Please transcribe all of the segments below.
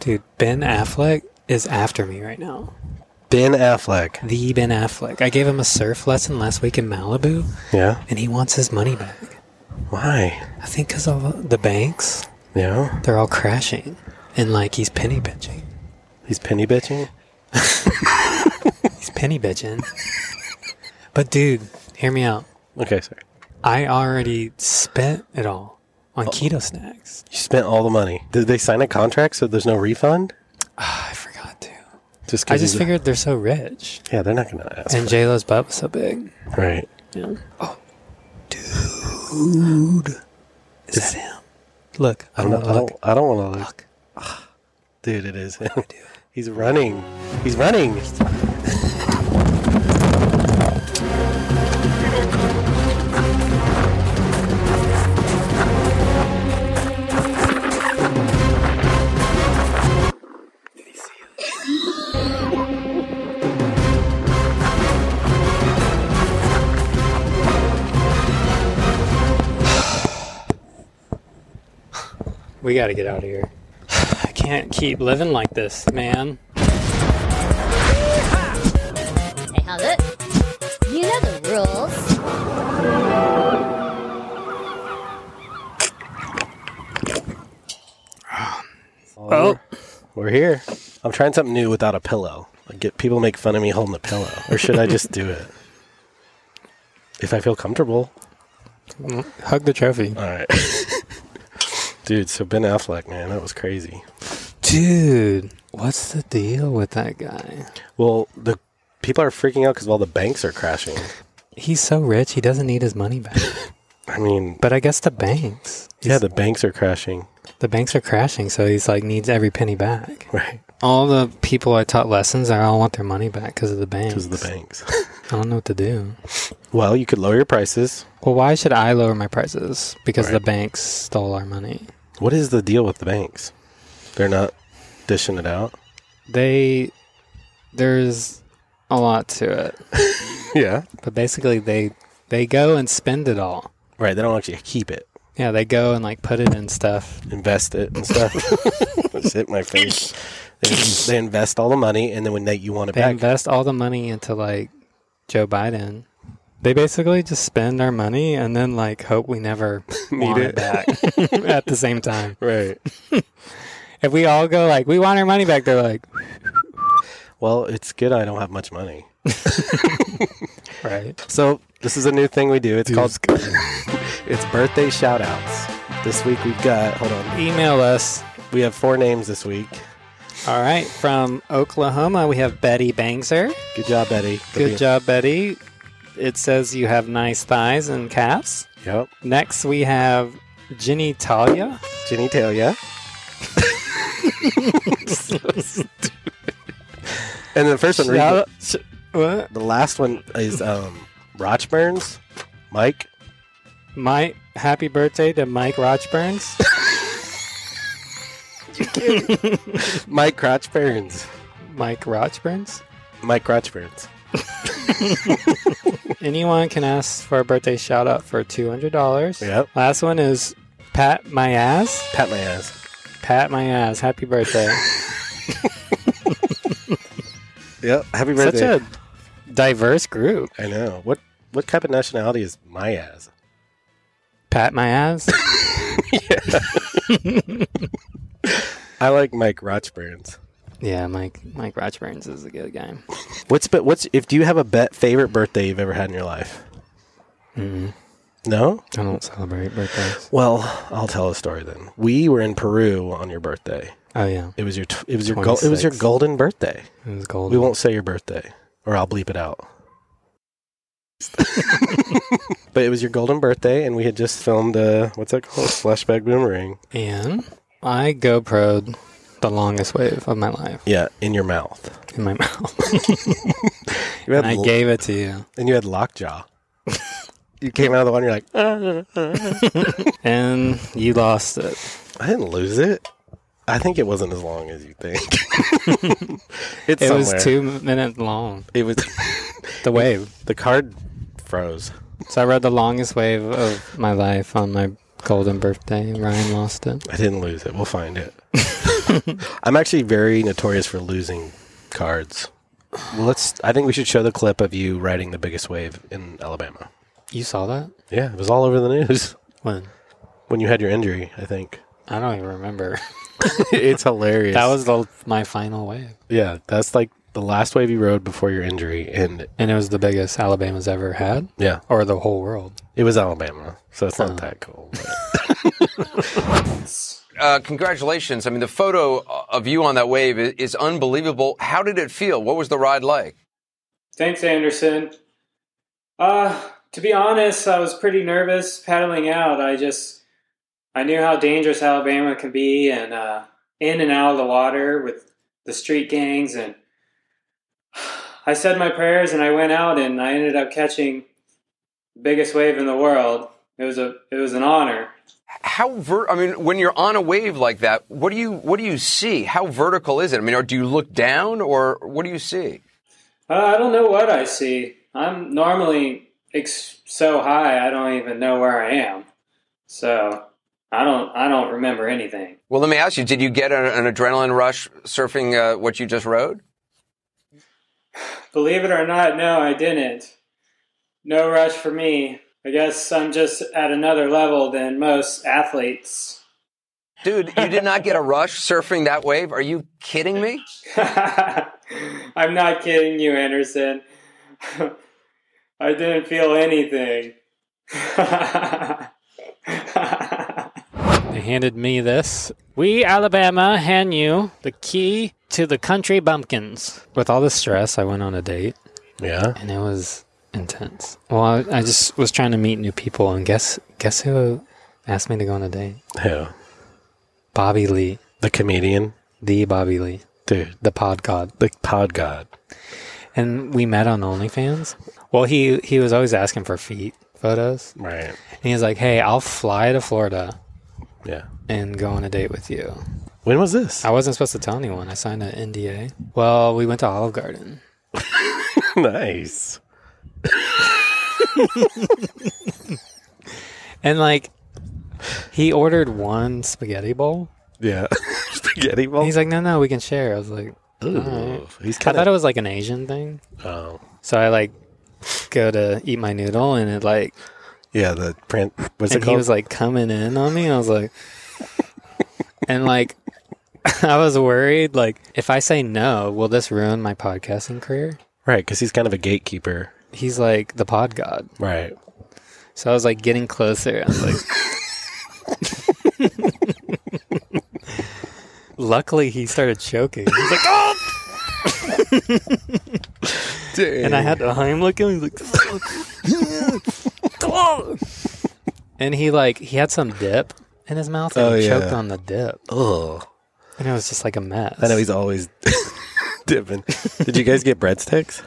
Dude, Ben Affleck is after me right now. Ben Affleck. The Ben Affleck. I gave him a surf lesson last week in Malibu, Yeah. and he wants his money back. Why? I think because all the banks, Yeah. they're all crashing, and like he's penny pinching. He's penny bitching. He's penny bitching. but dude, hear me out. Okay, sorry. I already spent it all on keto snacks. You spent all the money. Did they sign a contract so there's no refund? I forgot to. Just 'cause I just you- figured they're so rich, Yeah, they're not gonna ask. and J Lo's butt was so big. for- right. Yeah. Oh, dude, is that him? Look, I I don't, don't. want I to look. don't, I don't want to look. Look. Dude, it is. He's running. He's running. We got to get out of here. I can't keep living like this, man. Hey, how's it? You know the rules. Oh, We're here. I'm trying something new without a pillow. Like get people make fun of me holding a pillow, or should I just do it? If I feel comfortable. hug the trophy, All right. Dude, so Ben Affleck, man, that was crazy. dude. What's the deal with that guy? Well, the people are freaking out because all the banks are crashing. He's so rich, he doesn't need his money back. I mean, but I guess the banks. yeah, the banks are crashing. the banks are crashing, so he's like needs every penny back. Right. All the people I taught lessons, I all want their money back because of the banks. Because of the banks. I don't know what to do. well, you could lower your prices. Well, why should I lower my prices? Because Right. the banks stole our money. What is the deal with the banks? They're not dishing it out. They there's a lot to it, Yeah. but basically they they go and spend it all. Right. They don't actually keep it, Yeah, they go and like put it in stuff. invest it, and stuff. Just hit my face. They, they invest all the money, and then when they, you want it They back, invest all the money into like Joe Biden. They basically just spend our money and then like hope we never want it it. back at the same time. right? If we all go like we want our money back, they're like Well, it's good. I don't have much money. right. So this is a new thing we do. It's called it's birthday shout outs. This week we've got hold on. Email us We have four names this week. All right, from Oklahoma, we have Betty Bangser. Good job, Betty. for Good being- job, Betty. It says you have nice thighs and calves. Yep. Next, we have Ginny Talia. Jenny Talia. and the first one, read Shout the, out- sh- what? the last one is um, Roch Burns, Mike. Mike, happy birthday to Mike Rochburns. Mike Crotch Burns. Mike Rochburns. Mike Crotch Burns. Anyone can ask for a birthday shout out for $200. Yep. Last one is Pat My Ass. Pat my ass. Pat My Ass, happy birthday. Yep. Happy Such birthday. a diverse group. I know. What what type of nationality is my ass? Pat My Ass. I like Mike Roch Burns. Yeah, Mike Mike Rochburns is a good guy. What's but what's if do you have a bet favorite birthday you've ever had in your life? No. Mm-hmm. I don't celebrate birthdays. Well, I'll tell a story then. We were in Peru on your birthday. Oh yeah, It was your t- it was your gol it was your 26. golden birthday. it was gold. We won't say your birthday, or I'll bleep it out. but it was your golden birthday, and we had just filmed uh, what's that called? Flashback boomerang. And I GoPro'd the longest wave of my life Yeah, in your mouth. in my mouth, You had and I l- gave it to you. and you had lockjaw. you came out of the one. You're like, "Uh, And you lost it. I didn't lose it. I think it wasn't as long as you think. it's It somewhere. was two minutes long. It was The wave. the card froze. So I rode the longest wave of my life on my golden birthday. and Ryan lost it. I didn't lose it. We'll find it. I'm actually very notorious for losing cards. Well, let's. I think we should show the clip of you riding the biggest wave in Alabama. You saw that? Yeah, it was all over the news When? when you had your injury. I think I don't even remember. it's hilarious. that was the, my final wave. yeah. That's like the last wave you rode before your injury, and And it was the biggest Alabama's ever had, yeah, or the whole world. it was Alabama, so it's not Oh. that cool. uh, congratulations. I mean, the photo of you on that wave i- is unbelievable. How did it feel? What was the ride like? Thanks, Anderson. Uh, to be honest, I was pretty nervous paddling out. I just I knew how dangerous Alabama can be, and uh, in and out of the water with the street gangs. And I said my prayers, and I went out, and I ended up catching the biggest wave in the world. It was a it was an honor. How ver- I mean, when you're on a wave like that, what do you what do you see? How vertical is it? I mean, or do you look down, or what do you see? Uh, I don't know what I see. I'm normally ex- so high I don't even know where I am. So I don't I don't remember anything. Well, let me ask you: Did you get a, an adrenaline rush surfing uh, what you just rode? Believe it or not, no, I didn't. No rush for me. I guess I'm just at another level than most athletes. Dude, you did not get a rush surfing that wave. Are you kidding me? I'm not kidding you, Anderson. I didn't feel anything. They handed me this. We, Alabama, hand you the key to the country bumpkins. With all the stress, I went on a date yeah, and it was intense. Well, I, I just was trying to meet new people and guess guess who asked me to go on a date? yeah. Bobby Lee. The comedian, The Bobby Lee. dude, The pod god. the pod god. And we met on OnlyFans. Well, he, he was always asking for feet photos. Right. And he was like, hey, I'll fly to Florida Yeah. and go on a date with you. When was this? I wasn't supposed to tell anyone. I signed an NDA. Well, we went to Olive Garden. nice. And like he ordered one spaghetti bowl. Yeah. Spaghetti bowl. And he's like, No, no, we can share. I was like Ooh, alright. he's I kind thought of. it was like an Asian thing. Oh, So I like go to eat my noodle and it like yeah. The print. What's it and he called? was like coming in on me. I was like and like I was worried, like, if I say no, will this ruin my podcasting career? right, because he's kind of a gatekeeper. He's like the pod god. Right. So I was like getting closer. I was like, luckily he started choking. He's like, and I had to Heimlich him. He's like, "Come on." and he like he had some dip in his mouth and Oh, he yeah. choked on the dip, Oh, and it was just like a mess. I know he's always dipping. Did you guys get breadsticks?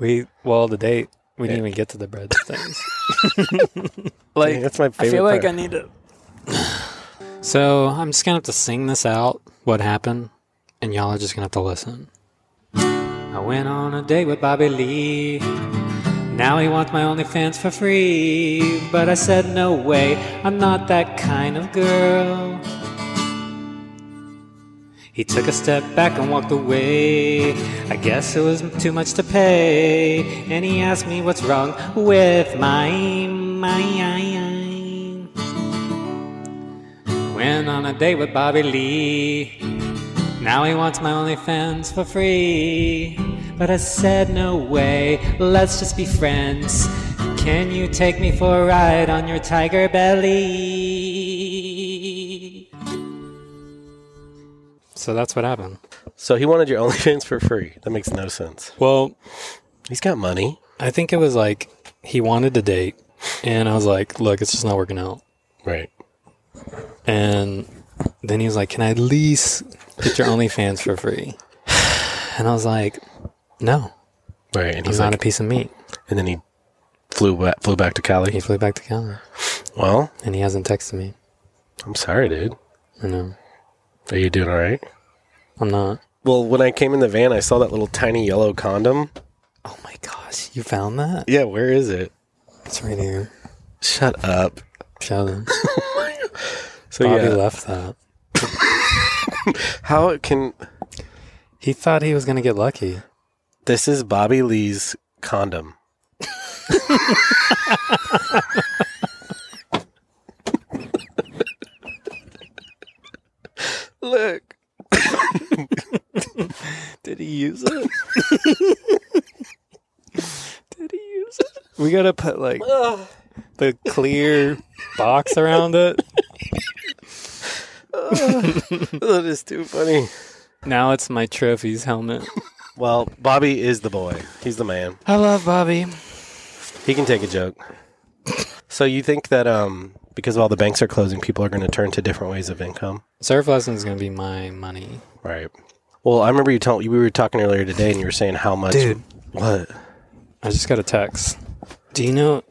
we well the date we didn't even get to the bread things. like Dang, that's my I feel favorite like I part. need to. so I'm just gonna have to sing this out. What happened? And y'all are just gonna have to listen. I went on a date with Bobby Lee. Now he wants my OnlyFans for free. But I said no way. I'm not that kind of girl. He took a step back and walked away. I guess it was too much to pay. And he asked me what's wrong with my my. Went on a date with Bobby Lee. Now he wants my OnlyFans for free. But I said no way. Let's just be friends. Can you take me for a ride on your tiger belly? So that's what happened. So he wanted your OnlyFans for free. That makes no sense. Well, He's got money. I think it was like he wanted to date, and I was like, "Look, it's just not working out." Right. And then he was like, "Can I at least get your OnlyFans for free?" And I was like, "No, Right. And he's he's not like, a piece of meat." and then he flew back, flew back to He Cali. flew back to Canada, Well, and he hasn't texted me. I'm sorry, dude. I know Are you doing all right? I'm not. Well, when I came in the van, I saw that little tiny yellow condom. Oh my gosh, you found that? Yeah, where is it? It's right here. Shut up. Show them. So Bobby yeah, left that. How can He thought he was going to get lucky. this is Bobby Lee's condom? Look. Did he use it? Did he use it? We gotta put like the clear box around it. That is too funny. Now it's my trophies helmet. Well, Bobby is the boy. He's the man. I love Bobby. He can take a joke. So you think that um because all the banks are closing, people are going to turn to different ways of income? Surf lessons gonna be my money. Right. Well, I remember you told we were talking earlier today, and you were saying how much. Dude. what? I just got a text. Do you know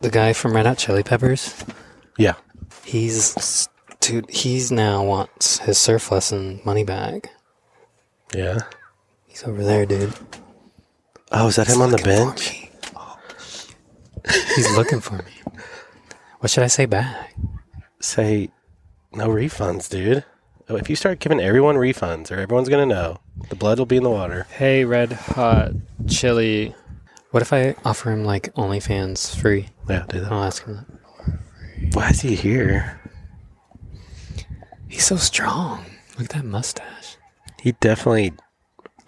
the guy from Red Hot Chili Peppers? Yeah. He's dude. He's now wants his surf lesson money back. Yeah. He's over there, dude. Oh, is that him on the bench? He's looking for me. What should I say back? Say, no refunds, dude. Oh, If you start giving everyone refunds, or everyone's gonna know, the blood will be in the water. Hey, red hot chili. What if I offer him like OnlyFans free? Yeah, do that. I'll ask him that. Why is he here? He's so strong. Look at that mustache. He definitely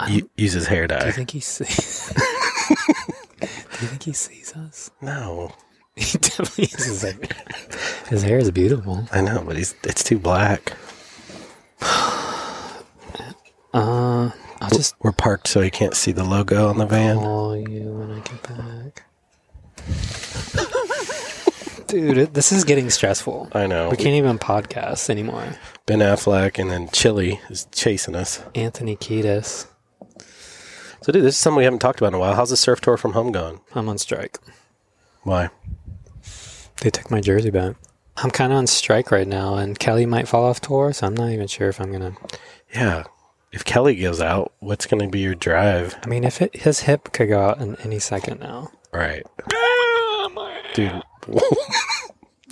u- uses hair Do you dye. think he sees? Do you think he sees us? No, He definitely is. His hair, his hair is beautiful. I know, but he's it's too black. Uh, I'll just We're parked so he can't see the logo on the van. call you when I get back. Dude, it, this is getting stressful. I know. We can't even podcast anymore. Ben Affleck and then Chili is chasing us. Anthony Kiedis, So, dude, this is something we haven't talked about in a while. How's the surf tour from home going? I'm on strike. Why? They took my jersey back. I'm kind of on strike right now, and Kelly might fall off tour, so I'm not even sure if I'm gonna. Yeah. If Kelly goes out, what's going to be your drive? I mean, if it, his hip could go out in any second now. Right. Dude.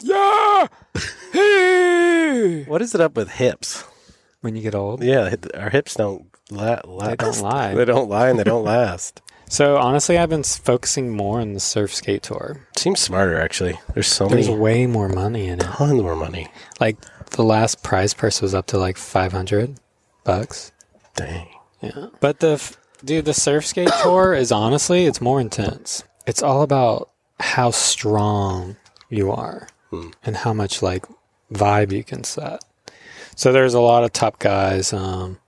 Yeah. What is it up with hips? When you get old, Yeah, hi- our hips don't la- last. they don't lie. They don't lie and they don't last. So honestly, I've been s- focusing more on the surf skate tour. Seems smarter, actually. There's so There's many. way more money in it. Tons more money. Like the last prize purse was up to like 500 bucks. Dang. Yeah. But the f- dude, the surf skate tour is honestly, it's more intense. It's all about how strong you are and how much like vibe you can set. So there's a lot of top guys. Um,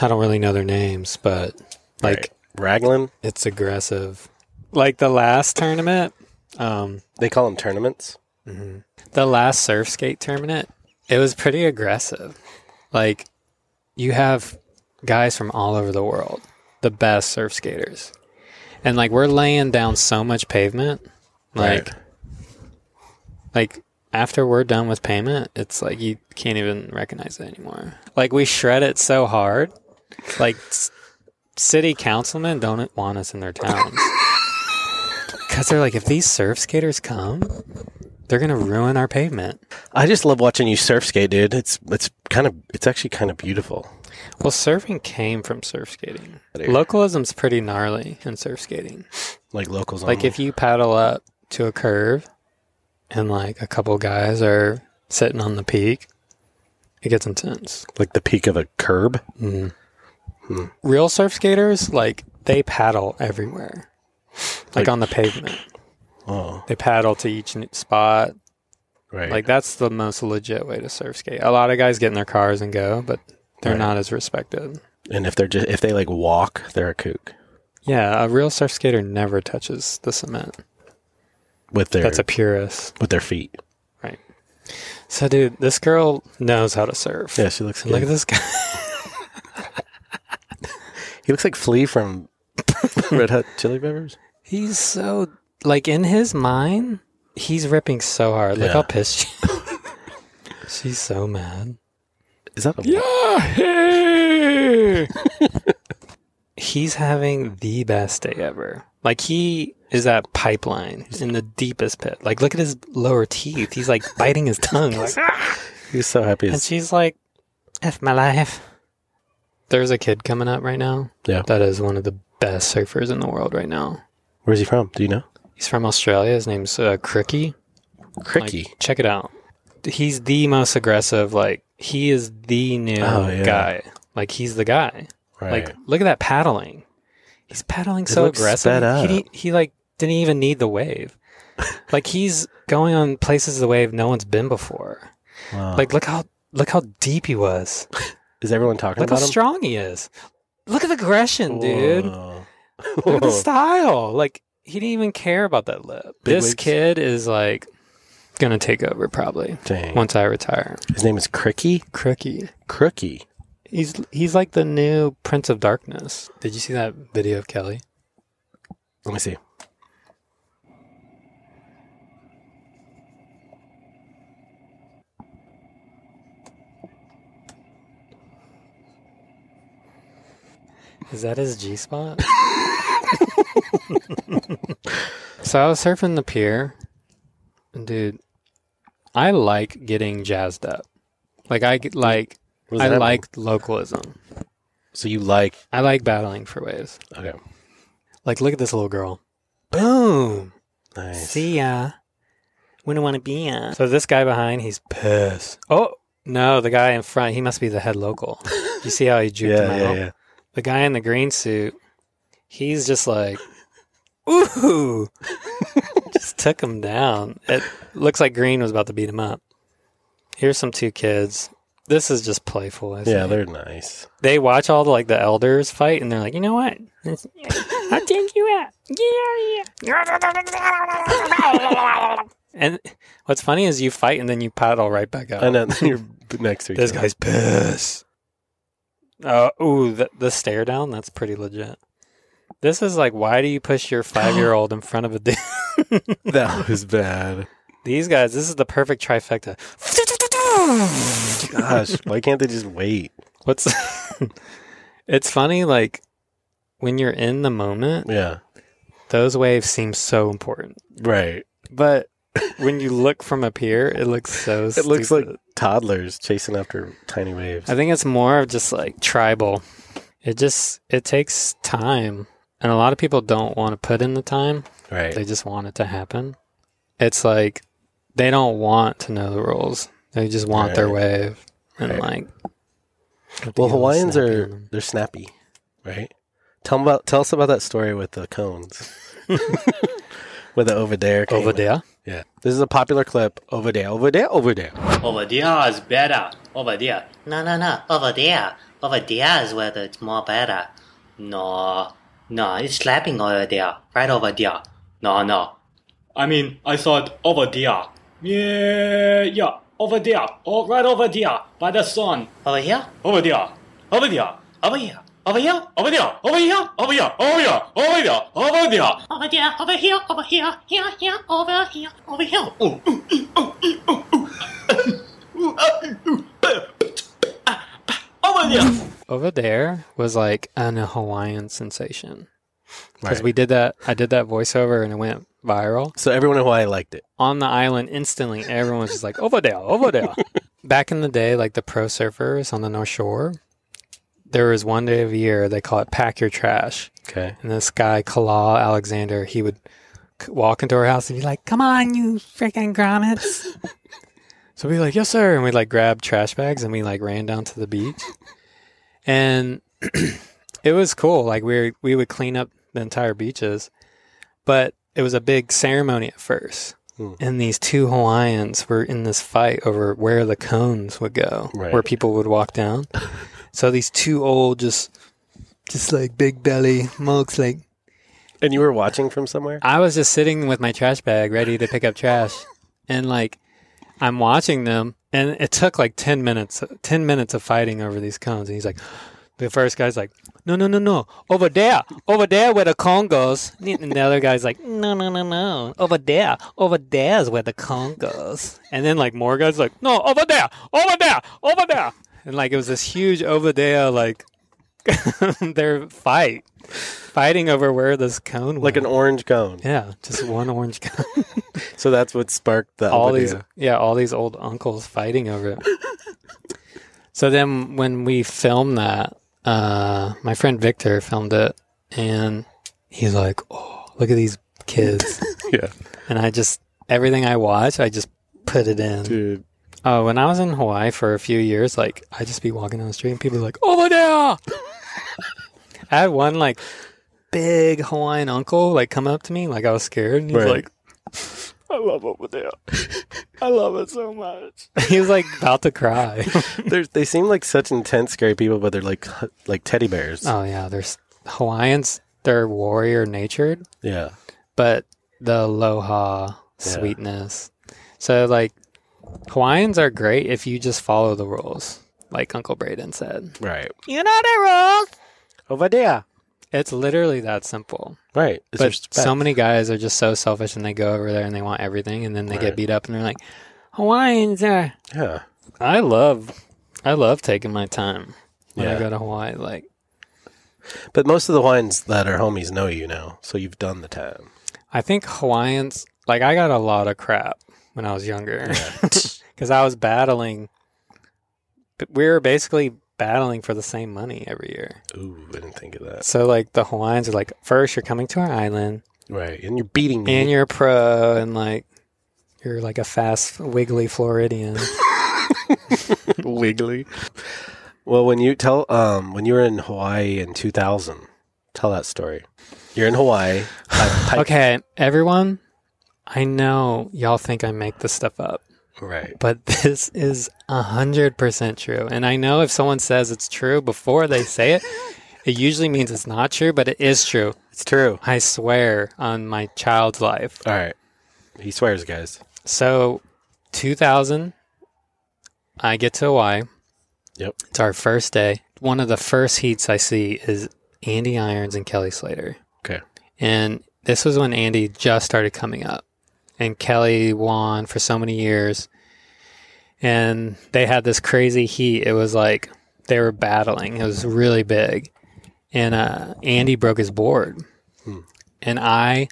I don't really know their names, but like Right. Raglan, it's aggressive. Like the last tournament, um, they call them tournaments. the last surf skate tournament, it was pretty aggressive. Like you have guys from all over the world, the best surf skaters. And like we're laying down so much pavement. Like Right. like after we're done with payment, it's like you can't even recognize it anymore. Like we shred it so hard. Like s- city councilmen don't want us in their towns. Cuz they're like if these surf skaters come, they're going to ruin our pavement. I just love watching you surf skate, dude. It's it's kind of it's actually kind of beautiful. Well, surfing came from surf skating. There. Localism's pretty gnarly in surf skating. Like locals, Like if you paddle up to a curve and like a couple guys are sitting on the peak, it gets intense. like the peak of a curb. Real surf skaters, like they paddle everywhere. Like, Like- on the pavement. Oh, They paddle to each n- spot. right. Like that's the most legit way to surf skate. A lot of guys get in their cars and go, but they're Right. not as respected. and if they're just if they like walk, they're a kook Yeah, a real surf skater never touches the cement. with their That's a purist. with their feet. Right. So, dude, this girl knows how to surf. Yeah, she looks. And Look at this guy. He looks like Flea from Red Hot Chili Peppers. He's so like in his mind, he's ripping so hard. Look Yeah. how pissed she. She's so mad. Is that a he's having the best day ever. Like he is at pipeline in the deepest pit. Like look at his lower teeth. He's like biting his tongue. Like, He was so happy. and His, she's like, F my life. There's a kid coming up right now Yeah. that is one of the best surfers in the world right now. Where's he from? Do you know? He's from Australia. His name's uh, Cricky. Like, Cricky. check it out. He's the most aggressive. Like he is the new Oh, yeah. guy. Like he's the guy. right. Like look at that paddling. He's paddling so looks aggressive. sped up. He didn't- he like didn't even need the wave. like he's going on places of the wave no one's been before. Wow. Like look how look how deep he was. is everyone talking Look how about him? strong he is. Look at the aggression, dude. Whoa. Look at the Whoa. style. Like he didn't even care about that lip. Big this wigs. kid is like gonna take over probably Dang. once I retire. His name is Cricky. Crookie. Crookie. He's he's like the new Prince of Darkness. Did you see that video of Kelly? Let me see. Is that his G spot? so I was surfing the pier, and dude, I like getting jazzed up. Like I get- like What does I that mean? like localism. So you like? I like battling for waves. Okay. Like look at this little girl. Boom. Nice. See ya. Wouldn't want to be ya. So this guy behind, he's pissed. Oh no, the guy in front, he must be the head local. you see how he juked him yeah, out? yeah, yeah. The guy in the green suit, he's just like, ooh, just took him down. It looks like Green was about to beat him up. Here's some two kids. This is just playful. I Yeah, think. they're nice. they watch all the, like the elders fight, and they're like, you know what? It's- I'll take you out. Yeah, yeah. and what's funny is you fight and then you paddle right back up. I know you're next to each This other. guy's pissed. Uh, ooh, the, the stare down, that's pretty legit. This is like, why do you push your five year old in front of a dude? That was bad. These guys, this is the perfect trifecta. Gosh, why can't they just wait? What's. it's funny, like, when you're in the moment, Yeah, those waves seem so important. right. But When you look from up here, it looks so it looks like stupid. toddlers chasing after tiny waves. I think it's more of just like tribal. It just it takes time, and a lot of people don't want to put in the time. Right. They just want it to happen. It's like they don't want to know the rules. They just want their Right. wave and Right. like. have to well, get all Hawaiians snappy are on them. they're snappy, right? Tell 'em about tell us about that story with the cones. with the over there. came over with- there. Yeah. This is a popular clip. Over there, over there, over there. Over there is better. Over there. No, no, no. Over there. Over there is where it's more better. No, no. It's slapping over there. Right over there. No, no. I mean, I saw it over there. Yeah, yeah. Over there. Oh, right over there. By the sun. Over here? Over there. Over there. Over here. Over here, over there, over here, over here, over here, over there, over there. Over there, over here, over here, here, here, over here, over here. Oh, over there. Over there was like an Hawaiian sensation because Right. we did that. I did that voiceover and it went viral so everyone in Hawaii liked it. on the island instantly. Everyone was just like over there, over there. Back in the day, like the pro surfers on the North Shore, there was one day of the year they call it "Pack Your Trash." Okay. And this guy, Kalal Alexander, he would c- walk into our house and be like, "Come on, you freaking grommets!" so we like, "Yes, sir," and we like grabbed trash bags and we like ran down to the beach, and it was cool. Like we were, we would clean up the entire beaches, but it was a big ceremony at first. Hmm. And these two Hawaiians were in this fight over where the cones would go, Right. where people would walk down. so these two old, just, just like big belly mokes, like And you were watching from somewhere? I was just sitting with my trash bag ready to pick up trash. And like I'm watching them and it took like 10 minutes 10 minutes of fighting over these cones and he's like the first guy's like no no no no over there over there where the cone goes and the other guy's like no no no no over there over there is where the cone goes and then like more guys like no over there over there over there and like it was this huge over there like their fight fighting over where this cone Like went. an orange cone. Yeah, just one orange guy. So that's what sparked the all over these, there. yeah, all these old uncles fighting over it. So then when we filmed that, uh, my friend Victor filmed it and he's like, Oh, look at these kids. Yeah. and I just, everything I watch, I just put it in. Dude. Oh, when I was in Hawaii for a few years, like I'd just be walking down the street and people were like, "Over there!" I had one like big Hawaiian uncle like come up to me, like I was scared, and he's Right. like, I love over there. I love it so much. he was like about to cry. They're, they seem like such intense, scary people, but they're like like teddy bears. oh yeah, there's Hawaiians. They're warrior natured, Yeah. but the aloha sweetness. So like Hawaiians are great if you just follow the rules, like Uncle Braden said. Right. You know the rules. Over there. It's literally that simple. Right. It's but respect. so many guys are just so selfish and they go over there and they want everything and then they Right. get beat up and they're like hawaiians are Yeah. i love i love taking my time when Yeah. i go to hawaii like But most of the wines that are homies know you now, so you've done the time. i think hawaiians like i got a lot of crap when i was younger because i was battling but we were basically battling for the same money every year Ooh, I didn't think of that. so like the hawaiians are like first you're coming to our island Right. And you're beating me. and you're a pro and like you're like a fast wiggly floridian wiggly. Well, when you tell um when you were in Hawaii in 2000, tell that story. You're in Hawaii. I- I- Okay, everyone, I know y'all think I make this stuff up, Right. but this is 100% true. And I know if someone says it's true before they say it, it usually means it's not true, but it is true. It's true. I swear on my child's life. All right. He swears, guys. So, 2000, I get to Hawaii. Yep. It's our first day. One of the first heats I see is Andy Irons and Kelly Slater. Okay. And this was when Andy just started coming up. And Kelly won for so many years. And they had this crazy heat. It was like they were battling. It was really big. And uh, Andy broke his board. And I,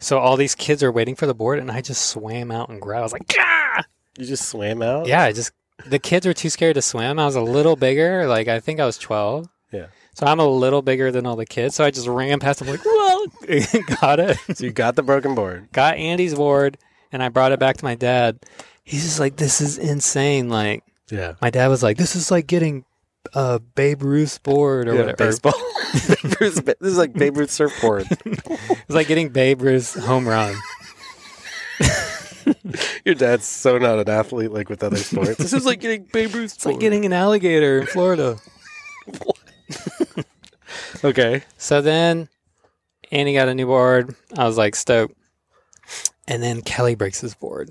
so all these kids are waiting for the board. And I just swam out and grabbed. I was like, "Gah!" You just swam out? yeah, I just, the kids were too scared to swim. I was a little bigger. Like, I think I was 12. Yeah. So I'm a little bigger than all the kids. So I just ran past them, like, whoa, got it. So you got the broken board. Got Andy's board, and I brought it back to my dad. He's just like, this is insane. Like, Yeah. my dad was like, this is like getting uh, Babe Ruth's board or whatever. baseball. Babe Ruth's ba- this is like Babe Ruth's surfboard. It's like getting Babe Ruth's home run. Your dad's so not an athlete like with other sports. This is like getting Babe Ruth's It's like getting an alligator in Florida. Okay. So then Andy got a new board. I was like stoked. And then Kelly breaks his board.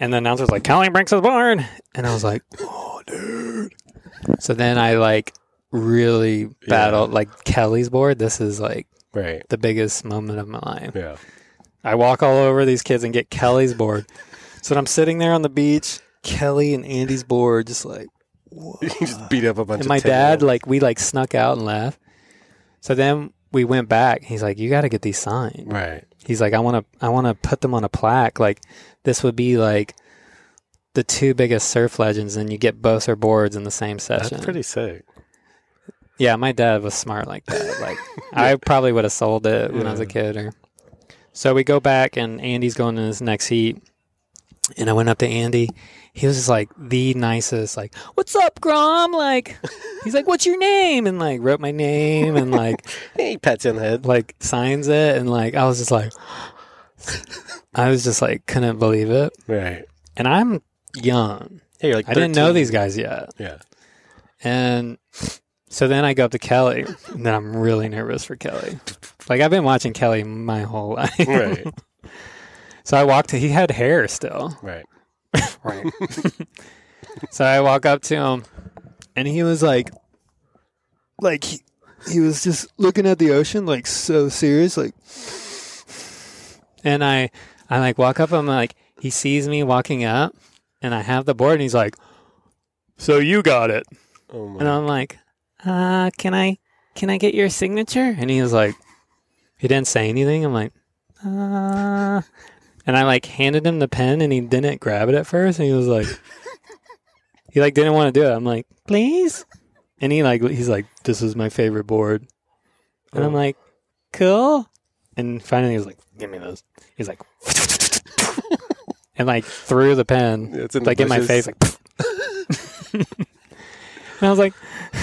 And the announcer's like, Kelly breaks his board. And I was like, oh, dude. So then I like really battled like Kelly's board. This is like Right. the biggest moment of my life. Yeah. I walk all over these kids and get Kelly's board. So then I'm sitting there on the beach, Kelly and Andy's board, just like, You just beat up a bunch and of my 10 -year-olds. dad like we like snuck out and left so then we went back he's like you got to get these signed Right. he's like i want to i want to put them on a plaque like this would be like the two biggest surf legends and you get both their boards in the same session That's pretty sick. yeah my dad was smart like that like i probably would have sold it when i was a Yeah. kid or so we go back and andy's going to his next heat and i went up to andy he was just like the nicest like what's up grom like he's like what's your name and like wrote my name and like Hey, pats you on the head. like signs it and like i was just like i was just like couldn't believe it Right. and i'm young Hey, you're like i didn't know 13. these guys yet Yeah. and so then I go up to Kelly, and then I'm really nervous for Kelly. Like I've been watching Kelly my whole life. Right. So I walked to he had hair still. right. Right. so I walk up to him and he was like like he, he was just looking at the ocean like so serious like and I I like walk up I'm like he sees me walking up and I have the board and he's like so you got it. Oh my. And I'm like, uh, can I can I get your signature? And he was like, he didn't say anything. I'm like, uh, and I like handed him the pen, and he didn't grab it at first, and he was like, He like didn't want to do it. I'm like, please. And he like he's like, this is my favorite board. And Oh. I'm like, cool. And finally he was like, give me those. He's like, and like threw the pen Yeah, it's in the like in my face. bushes. Like, and I was like,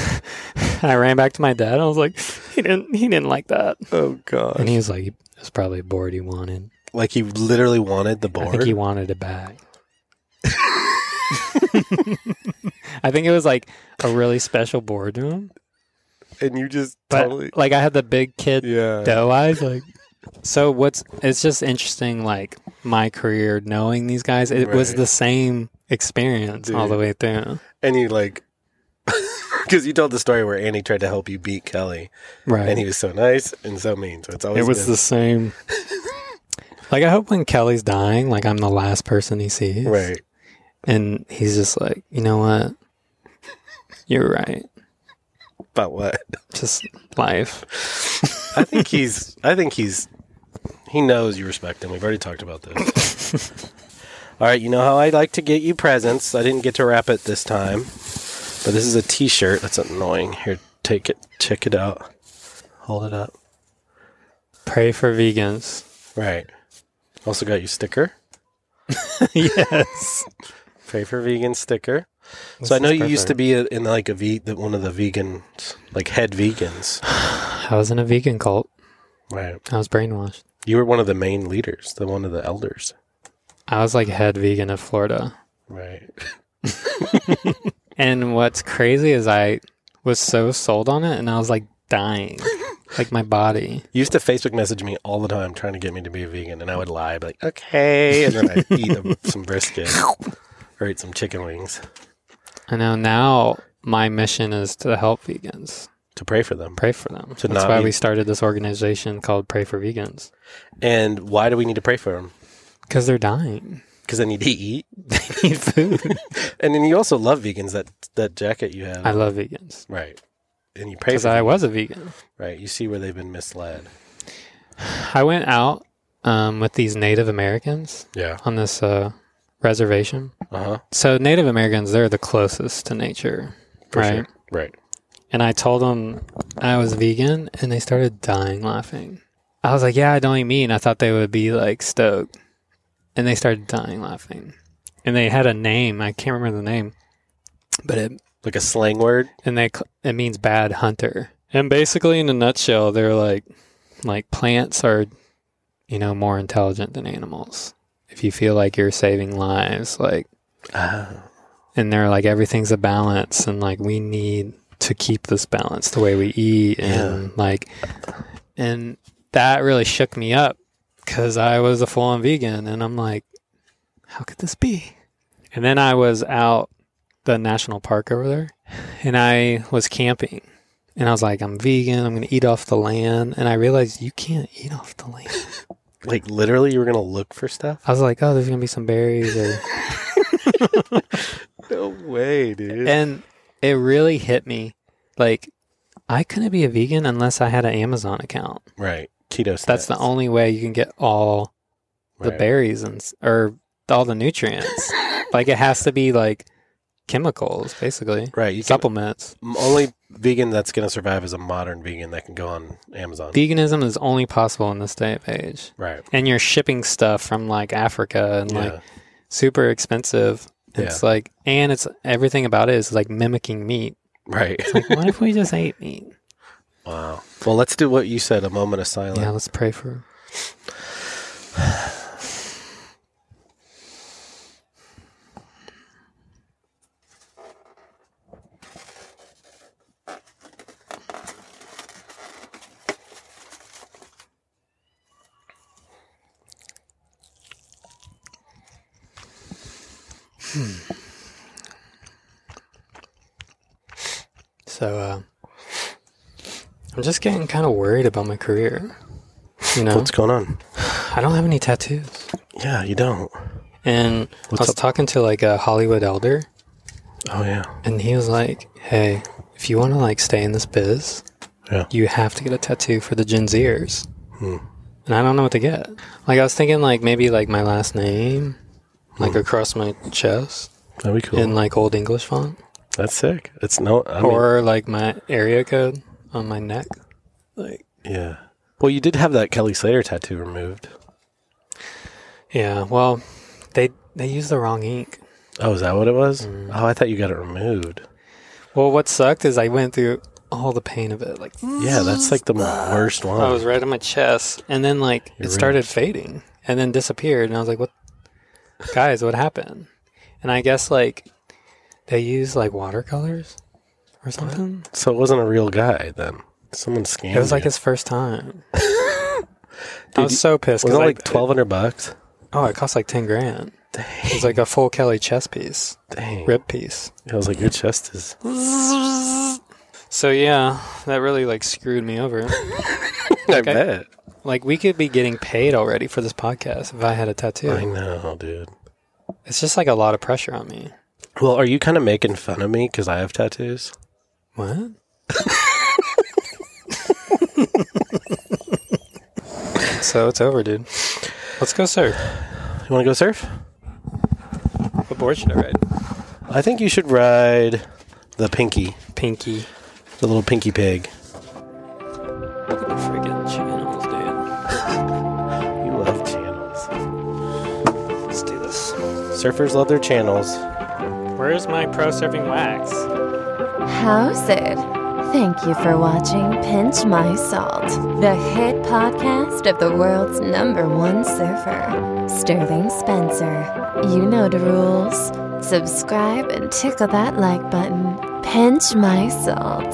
I ran back to my dad. I was like, he didn't he didn't like that. Oh And god! he was like, it was probably a board he wanted. Like he literally wanted the I think board. he wanted it back. I think it was like a really special board to him. and you just But totally like I had the big kid yeah. doe eyes. Like so, what's it's just interesting. Like my career, knowing these guys, it was Right. the same experience all the way through. And you like because you told the story where Andy tried to help you beat Kelly, Right, and he was so nice and so mean. So it's always it was good. the same. like I hope when Kelly's dying, like I'm the last person he sees. right. and he's just like, you know what, you're right. But what? Just life. I think he's. I think he's. He knows you respect him. We've already talked about this. All right, you know how I like to get you presents. I didn't get to wrap it this time, but this is a T-shirt. That's annoying. Here, take it. Check it out. Hold it up. Pray for vegans. Right. Also got you sticker. yes. Pray for vegan sticker. so I know you used to be a, in like a ve- the, one of the vegans, like head vegans. I was in a vegan cult. Right. I was brainwashed. You were one of the main leaders, the one of the elders. I was like head vegan of Florida. Right. And what's crazy is I was so sold on it and I was like dying. like my body. You used to Facebook message me all the time trying to get me to be a vegan, and I would lie, be like, okay. And then I'd eat a- some brisket or eat some chicken wings I know now my mission is to help vegans. to pray for them. Pray for them. To That's not why be- we started this organization called Pray for Vegans. And why do we need to pray for them? Because they're dying. Because they need to eat. They need food. And then you also love vegans, that, that jacket you have. I love vegans. right. And you pray Because for I them. was a vegan. Right. You see where they've been misled. I went out um, with these Native Americans Yeah. on this uh, reservation. Uh huh. So Native Americans, they're the closest to nature, right? Right. And I told them I was vegan, and they started dying laughing. I was like, "Yeah, I don't eat meat." And I thought they would be like stoked, and they started dying laughing. And they had a name. I can't remember the name, but it Like a slang word. and they cl- it means bad hunter. And basically, in a nutshell, they're like like plants are, you know, more intelligent than animals. If you feel like you're saving lives, like, and they're like everything's a balance, and like we need to keep this balance the way we eat, and like, and that really shook me up because I was a full on vegan, and I'm like, how could this be? And then I was out the national park over there and I was camping. And I was like, I'm vegan. I'm going to eat off the land. And I realized you can't eat off the land. Like literally, you were going to look for stuff? I was like, oh, there's going to be some berries. Or... No way, dude. and it really hit me. Like, I couldn't be a vegan unless I had an Amazon account. right. Keto snacks. That's the only way you can get all the Right. berries and s- or all the nutrients. like, it has to be like chemicals, basically, Right. You can, supplements. m- only vegan that's going to survive is a modern vegan that can go on Amazon. Veganism is only possible in this day and age. right. And you're shipping stuff from like Africa and like yeah. super expensive. Yeah. It's like, and it's everything about it is like mimicking meat. Right. Like, what if we just ate meat? wow. Well, let's do what you said a moment of silence. Yeah, let's pray for. Hmm. So, uh, I'm just getting kind of worried about my career. You know, What's going on? I don't have any tattoos. Yeah, you don't. And What's I was up? talking to like a Hollywood elder, Oh, yeah. and he was like, "Hey, if you want to like stay in this biz, Yeah. you have to get a tattoo for the Gen Zers." Hmm. And I don't know what to Hmm. get. Like I was thinking, like maybe like my last name, like across my chest, That'd be cool. in like old English font That's sick. It's no. I mean, or like my area code on my neck. Like, yeah. Well, you did have that Kelly Slater tattoo removed. yeah, well, they they use the wrong ink. Oh, is that what it was? Oh, I thought you got it removed. Well, what sucked is I went through all the pain of it. Like, Yeah, that's like the worst one. I was right on my chest, and then like it started fading, and then disappeared, and I was like, "What, guys? What happened?" And I guess like they use like watercolors or something. so it wasn't a real guy then. Someone scammed. It was like you. his first time. I was so pissed was it because like twelve hundred bucks? Oh, it cost like ten grand. It was like a full Kelly chess piece, Dang. rib piece. I was like, your chest is. So yeah, that really like screwed me over. I bet. like we could be getting paid already for this podcast if I had a tattoo. I know, dude. It's just like a lot of pressure on me. Well, are you kind of making fun of me because I have tattoos? What? so it's over, dude. Let's go surf. You want to go surf? What board should I ride? I think you should ride the pinky, Pinky. the little pinky pig. Look at the freaking channels, dude. You love channels. Let's do this. Surfers love their channels. Where's my pro surfing wax? How's it? Thank you for watching Pinch My Salt, the hit podcast of the world's number one surfer, Sterling Spencer. You know the rules. Subscribe and tickle that like button. Pinch My Salt.